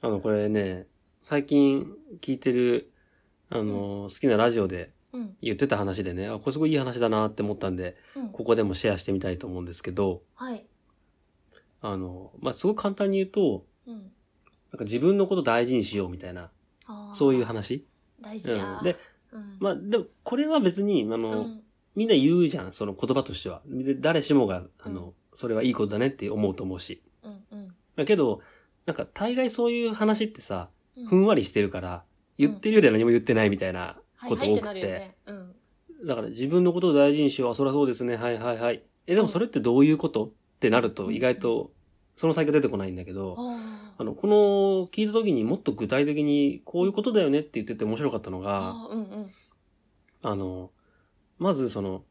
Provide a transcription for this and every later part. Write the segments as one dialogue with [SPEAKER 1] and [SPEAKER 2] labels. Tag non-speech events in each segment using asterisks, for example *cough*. [SPEAKER 1] あの、これね、最近聞いてる、あの、好きなラジオで
[SPEAKER 2] うん。
[SPEAKER 1] 言ってた話でね、あ、これすごいいい話だなって思ったんで、
[SPEAKER 2] うん。
[SPEAKER 1] ここでもシェアしてみたいと思うんですけど、
[SPEAKER 2] はい。
[SPEAKER 1] あの、まあ、すごく簡単に言うと、
[SPEAKER 2] うん。
[SPEAKER 1] なんか自分のこと大事にしようみたいな、
[SPEAKER 2] あー
[SPEAKER 1] そういう。話。
[SPEAKER 2] 大事
[SPEAKER 1] う
[SPEAKER 2] や
[SPEAKER 1] ん。。で、、
[SPEAKER 2] うん。
[SPEAKER 1] まあ、でも、これは別に、あの、
[SPEAKER 2] うん。
[SPEAKER 1] みんな言うじゃん、その言葉としては。で誰しもが、あの、それはいいことだねって思うと思うし。
[SPEAKER 2] うん。うん。
[SPEAKER 1] だけど、なんか大概そういう話ってさ、
[SPEAKER 2] うん
[SPEAKER 1] ふんわりしてるから、
[SPEAKER 2] うん
[SPEAKER 1] 言ってるよりは何も言ってないみたいな
[SPEAKER 2] はい
[SPEAKER 1] こと
[SPEAKER 2] はい
[SPEAKER 1] 多
[SPEAKER 2] ってな
[SPEAKER 1] く
[SPEAKER 2] るよ
[SPEAKER 1] て。
[SPEAKER 2] ね。うん。
[SPEAKER 1] だから自分のことを大事にしよう。あ、そりゃそうですね。はいはいはい。え、でもそれってどういうことってなる
[SPEAKER 2] う
[SPEAKER 1] と
[SPEAKER 2] ん
[SPEAKER 1] 意外とその先が出てこないんだけど、
[SPEAKER 2] あ
[SPEAKER 1] あ
[SPEAKER 2] ー
[SPEAKER 1] の、この聞いた時にもっと具体的にこういうことだよねって言ってて面白かったのが、
[SPEAKER 2] あー。うんうん。
[SPEAKER 1] あの、まずその、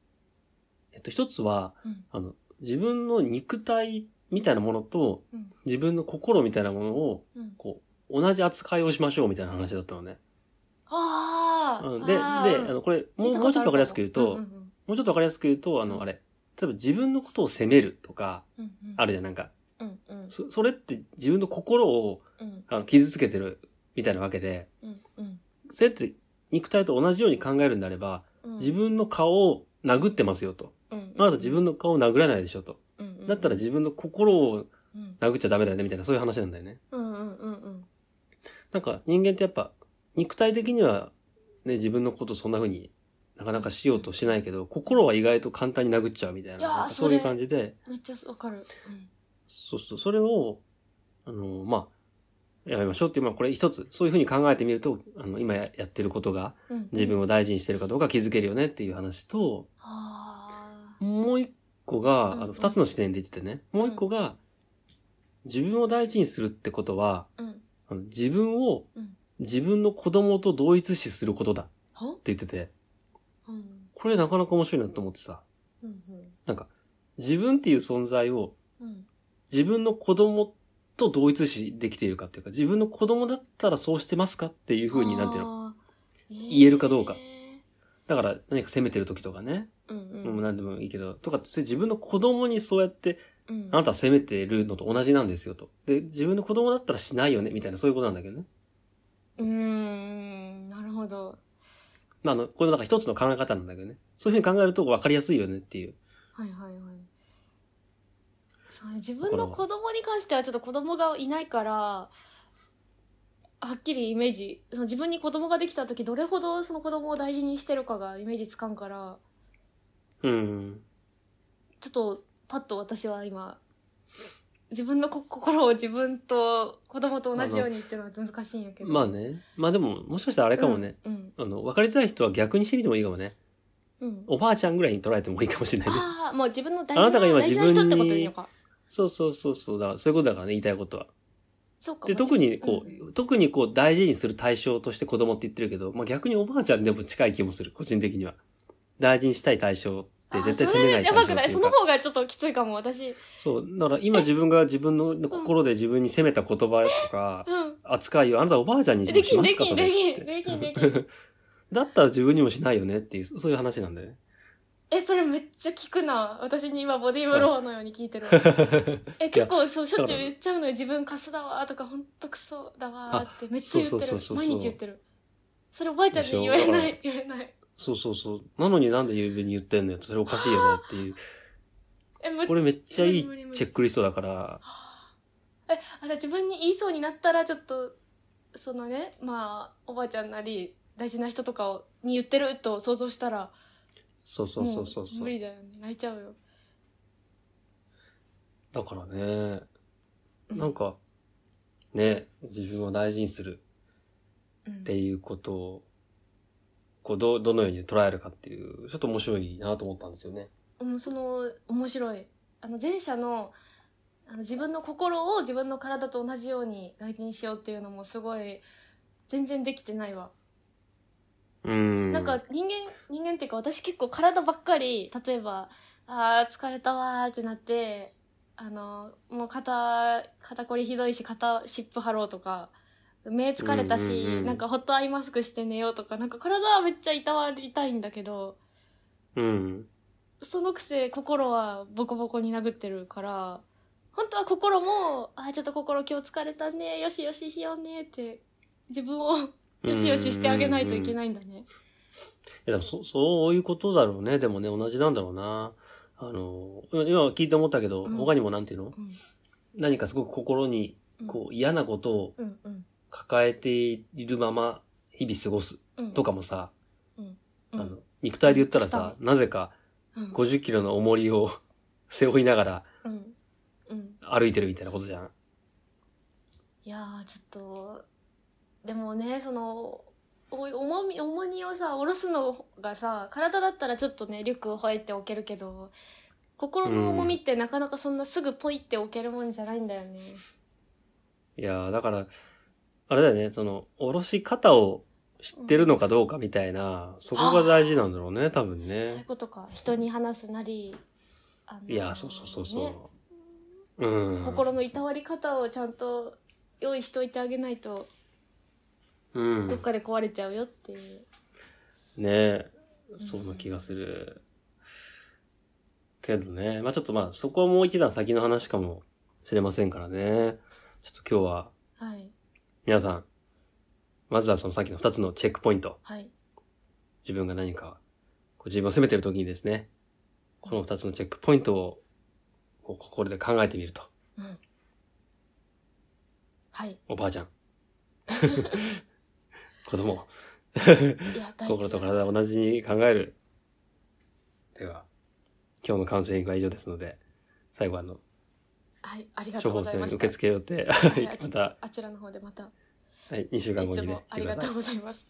[SPEAKER 1] えっと、一つは、
[SPEAKER 2] うん
[SPEAKER 1] あの、自分の肉体みたいなものと、
[SPEAKER 2] うん
[SPEAKER 1] 自分の心みたいなものを、
[SPEAKER 2] うん。
[SPEAKER 1] こう、同じ扱いをしましょうみたいな話だったのね。
[SPEAKER 2] あ
[SPEAKER 1] う
[SPEAKER 2] ー
[SPEAKER 1] んで、で、
[SPEAKER 2] あ
[SPEAKER 1] あ
[SPEAKER 2] ー
[SPEAKER 1] の、これ、もう、
[SPEAKER 2] 見た
[SPEAKER 1] も
[SPEAKER 2] こ
[SPEAKER 1] うちょっとわかりやすく言うと、
[SPEAKER 2] あるかも
[SPEAKER 1] もうちょっとわかりやすく言うと、あ
[SPEAKER 2] うん
[SPEAKER 1] の、あれ、例えば自分のことを責めるとか、
[SPEAKER 2] うんうんうんうん
[SPEAKER 1] あるじゃん、なんか、
[SPEAKER 2] うんうん
[SPEAKER 1] そ、それって自分の心を
[SPEAKER 2] うん
[SPEAKER 1] あの傷つけてるみたいなわけで、
[SPEAKER 2] うんうん
[SPEAKER 1] それって肉体と同じように考えるんであれば、
[SPEAKER 2] うん
[SPEAKER 1] 自分の顔を殴ってますよと。
[SPEAKER 2] うん
[SPEAKER 1] あなた自分の顔を殴らないでしょと。
[SPEAKER 2] うんうんうん
[SPEAKER 1] だったら自分の心を
[SPEAKER 2] うん
[SPEAKER 1] 殴っちゃダメだよねみたいなそういう話なんだよね。
[SPEAKER 2] うんうんうんうん
[SPEAKER 1] なんか人間ってやっぱ肉体的にはね、自分のことそんな風になかなかしようとしないけど、心は意外と簡単に殴っちゃうみたいな。
[SPEAKER 2] いやー
[SPEAKER 1] なんか
[SPEAKER 2] そ
[SPEAKER 1] そう
[SPEAKER 2] れ
[SPEAKER 1] いう感じで、
[SPEAKER 2] めっちゃわかるうん
[SPEAKER 1] そうそう、それを、あの、まあ、やめましょうっていう、まあこれ一つ、そういう風に考えてみると、あの、今やってることが
[SPEAKER 2] うんうん
[SPEAKER 1] 自分を大事にしてるかどうか気づけるよねっていう話と、
[SPEAKER 2] あ
[SPEAKER 1] もう一個が、
[SPEAKER 2] うん
[SPEAKER 1] あの、二つの視点で言っててね、もう一個が、自分を大事にするってことは、
[SPEAKER 2] ーうん
[SPEAKER 1] あの自分を
[SPEAKER 2] うん、
[SPEAKER 1] 自分の子供と同一視することだって
[SPEAKER 2] は
[SPEAKER 1] 言ってて、
[SPEAKER 2] うん
[SPEAKER 1] これなかなか面白いなと思ってさ、
[SPEAKER 2] うんうん
[SPEAKER 1] なんか、自分っていう存在を
[SPEAKER 2] うん
[SPEAKER 1] 自分の子供と同一視できているかっていうか、自分の子供だったらそうしてますかっていう風になんていうの。
[SPEAKER 2] あーー
[SPEAKER 1] 言えるかどうかだから何か責めてる時とかね、
[SPEAKER 2] うんう
[SPEAKER 1] もうん何でもいいけど、とかって、それ自分の子供にそうやって、
[SPEAKER 2] うん
[SPEAKER 1] あなたは責めてるのと同じなんですよと。で、自分の子供だったらしないよね、みたいなそういうことなんだけどね。
[SPEAKER 2] うーんなるほど
[SPEAKER 1] まあ、あの、これもなんか一つの考え方なんだけどね。そういう風に考えると分かりやすいよねっていう。
[SPEAKER 2] はいはいはいそうね自分の子供に関してはちょっと子供がいないからはっきりイメージその自分に子供ができた時どれほどその子供を大事にしてるかがイメージつかんから
[SPEAKER 1] うん。
[SPEAKER 2] ちょっとパッと私は今自分のこ心を自分と子供と同じようにっていうのは難しいんやけど
[SPEAKER 1] まあね。まあでも、もしかしたらあれかもね。
[SPEAKER 2] うん
[SPEAKER 1] あの、分かりづらい人は逆にしてみてもいいかもね。
[SPEAKER 2] うん、うん
[SPEAKER 1] おばあちゃんぐらいに捉えてもいいかもしれないね。
[SPEAKER 2] ああもう自分の大
[SPEAKER 1] あなた
[SPEAKER 2] 事
[SPEAKER 1] が
[SPEAKER 2] な
[SPEAKER 1] 今
[SPEAKER 2] 大事な
[SPEAKER 1] 自
[SPEAKER 2] 人
[SPEAKER 1] 分
[SPEAKER 2] っ
[SPEAKER 1] に
[SPEAKER 2] てことでいいのか
[SPEAKER 1] そうそうそうそうだ。そういうことだからね、言いたいことは。
[SPEAKER 2] そうか
[SPEAKER 1] で、特にこ
[SPEAKER 2] ん
[SPEAKER 1] う、特にこう、大事にする対象として子供って言ってるけど、まあ逆におばあちゃんでも近い気もする、個人的には。大事にしたい対象って絶対
[SPEAKER 2] あー
[SPEAKER 1] 責めない
[SPEAKER 2] それや
[SPEAKER 1] 対象
[SPEAKER 2] ば
[SPEAKER 1] って
[SPEAKER 2] くない
[SPEAKER 1] い
[SPEAKER 2] そうの
[SPEAKER 1] か。
[SPEAKER 2] 方がちょっときついかも私
[SPEAKER 1] そう。だから今自分が自分の心で自分に責めた言葉とか、
[SPEAKER 2] うん
[SPEAKER 1] 扱いをあなたおばあちゃんに
[SPEAKER 2] で
[SPEAKER 1] も
[SPEAKER 2] き
[SPEAKER 1] し
[SPEAKER 2] ん
[SPEAKER 1] ま
[SPEAKER 2] です
[SPEAKER 1] か
[SPEAKER 2] き
[SPEAKER 1] そ
[SPEAKER 2] ん
[SPEAKER 1] れ
[SPEAKER 2] で
[SPEAKER 1] っ
[SPEAKER 2] き
[SPEAKER 1] つ
[SPEAKER 2] ん
[SPEAKER 1] って。
[SPEAKER 2] できん
[SPEAKER 1] *laughs*
[SPEAKER 2] できん
[SPEAKER 1] だったら自分にもしないよねっていう、そういう話なんだよね。
[SPEAKER 2] えそれめっちゃ効くな私に今ボディーブローのように聞いてるえ結構そうしょっちゅう言っちゃうのよ自分カスだわーとかほんとクソだわーってめっちゃ言って
[SPEAKER 1] そうそうそう
[SPEAKER 2] る
[SPEAKER 1] そう
[SPEAKER 2] 毎日言ってるそれおばあちゃんに言えな
[SPEAKER 1] で
[SPEAKER 2] い言えない
[SPEAKER 1] そうそうそう。なのになんで郵便に言ってんのよって、それおかしいよねって
[SPEAKER 2] *laughs*
[SPEAKER 1] いう。
[SPEAKER 2] えむ
[SPEAKER 1] これめっちゃいい
[SPEAKER 2] 無理無理無理
[SPEAKER 1] チェックリストだから、
[SPEAKER 2] えあじゃあ自分に言いそうになったらちょっとそのねまあおばあちゃんなり大事な人とかをに言ってると想像したら
[SPEAKER 1] そうそうそうそう
[SPEAKER 2] も
[SPEAKER 1] そう
[SPEAKER 2] 無
[SPEAKER 1] う。
[SPEAKER 2] 理だよね泣いちゃうよ
[SPEAKER 1] だからね、
[SPEAKER 2] うん
[SPEAKER 1] なんか、ね、自分を大事にする
[SPEAKER 2] うん
[SPEAKER 1] っていうことを、こう、どう、どのように捉えるかっていう、ちょっと面白いなと思ったんですよね。
[SPEAKER 2] うん、その面白いあの前者のあの自分の心を自分の体と同じように大事にしようっていうのもすごい全然できてないわ、
[SPEAKER 1] うん。
[SPEAKER 2] なんか、人間人間っていうか私結構体ばっかり例えば「あー疲れたわ」ってなってあのもう肩肩こりひどいし肩湿布張ろうとか目疲れたし、
[SPEAKER 1] うんうんうん
[SPEAKER 2] なんかホットアイマスクして寝ようとかなんか体はめっちゃいたわりたいんだけど
[SPEAKER 1] うん。
[SPEAKER 2] そのくせ心はボコボコに殴ってるから本当は心も、あーちょっと心今日疲れたね、よしよししようねって、自分を *laughs* よしよししてあげないといけ
[SPEAKER 1] い。
[SPEAKER 2] ないんだ
[SPEAKER 1] い
[SPEAKER 2] ね。
[SPEAKER 1] や、でもそ、そういうことだろうね。でもね、同じなんだろうな。あの、今今聞いて思ったけど、
[SPEAKER 2] うん
[SPEAKER 1] 他にもなんていうの
[SPEAKER 2] うん
[SPEAKER 1] 何かすごく心に、こう、嫌なことを
[SPEAKER 2] うんうん
[SPEAKER 1] 抱えているまま、日々過ごす
[SPEAKER 2] うん。
[SPEAKER 1] とかもさ、
[SPEAKER 2] うん、
[SPEAKER 1] あ
[SPEAKER 2] うん、
[SPEAKER 1] の、肉体で言ったらさ、なぜか
[SPEAKER 2] うん、
[SPEAKER 1] 50キロの重りを背負いながら
[SPEAKER 2] うん。うん。
[SPEAKER 1] 歩いてるみたいなことじゃん。
[SPEAKER 2] いやー、ちょっと、でもね、その、お重み、重荷をさ、下ろすのがさ、体だったらちょっとね、リュックを吠えておけるけど、心の重みってなかなかそんなすぐポイっておけるもんじゃないんだよね。
[SPEAKER 1] いやー、だから、あれだよね、その、おろし方を知ってるのかどうかみたいな、そこが大事なんだろうね、多分
[SPEAKER 2] そういう
[SPEAKER 1] ね。
[SPEAKER 2] ことか。人に話すなり、あの
[SPEAKER 1] いやー、そうそうそう
[SPEAKER 2] ね
[SPEAKER 1] そう。うん。
[SPEAKER 2] 心のいたわり方をちゃんと用意しといてあげないと、
[SPEAKER 1] う
[SPEAKER 2] どっ
[SPEAKER 1] ん。
[SPEAKER 2] かで壊れちゃうよっていう。
[SPEAKER 1] ねえ、そんな気がする。けどね、まあちょっとまあそこはもう一段先の話かもしれませんからね。ちょっと今日は
[SPEAKER 2] はい。
[SPEAKER 1] 皆さん、まずはそのさっきの二つのチェックポイント。
[SPEAKER 2] はい。
[SPEAKER 1] 自分が何か、こう自分を責めてる時にですね、この二つのチェックポイントを、こう心で考えてみると。
[SPEAKER 2] うん。はい。
[SPEAKER 1] おばあちゃん。 *laughs* 子供、
[SPEAKER 2] いや、大
[SPEAKER 1] 心
[SPEAKER 2] 事
[SPEAKER 1] と
[SPEAKER 2] だ。
[SPEAKER 1] 体を同じに考える。では、今日のカウンセリングは以上ですので、最後あの、
[SPEAKER 2] はい。ありがと
[SPEAKER 1] 処
[SPEAKER 2] うご
[SPEAKER 1] 方
[SPEAKER 2] ざい
[SPEAKER 1] 箋
[SPEAKER 2] まし
[SPEAKER 1] 受
[SPEAKER 2] た。
[SPEAKER 1] 付予定、
[SPEAKER 2] は
[SPEAKER 1] はいい
[SPEAKER 2] あち
[SPEAKER 1] *laughs* また、
[SPEAKER 2] あちらの方でまた、
[SPEAKER 1] はい、2週間
[SPEAKER 2] い
[SPEAKER 1] 後
[SPEAKER 2] つ
[SPEAKER 1] に
[SPEAKER 2] も
[SPEAKER 1] ね、来
[SPEAKER 2] あ
[SPEAKER 1] て
[SPEAKER 2] り
[SPEAKER 1] く
[SPEAKER 2] が
[SPEAKER 1] ださい
[SPEAKER 2] とう。ございます。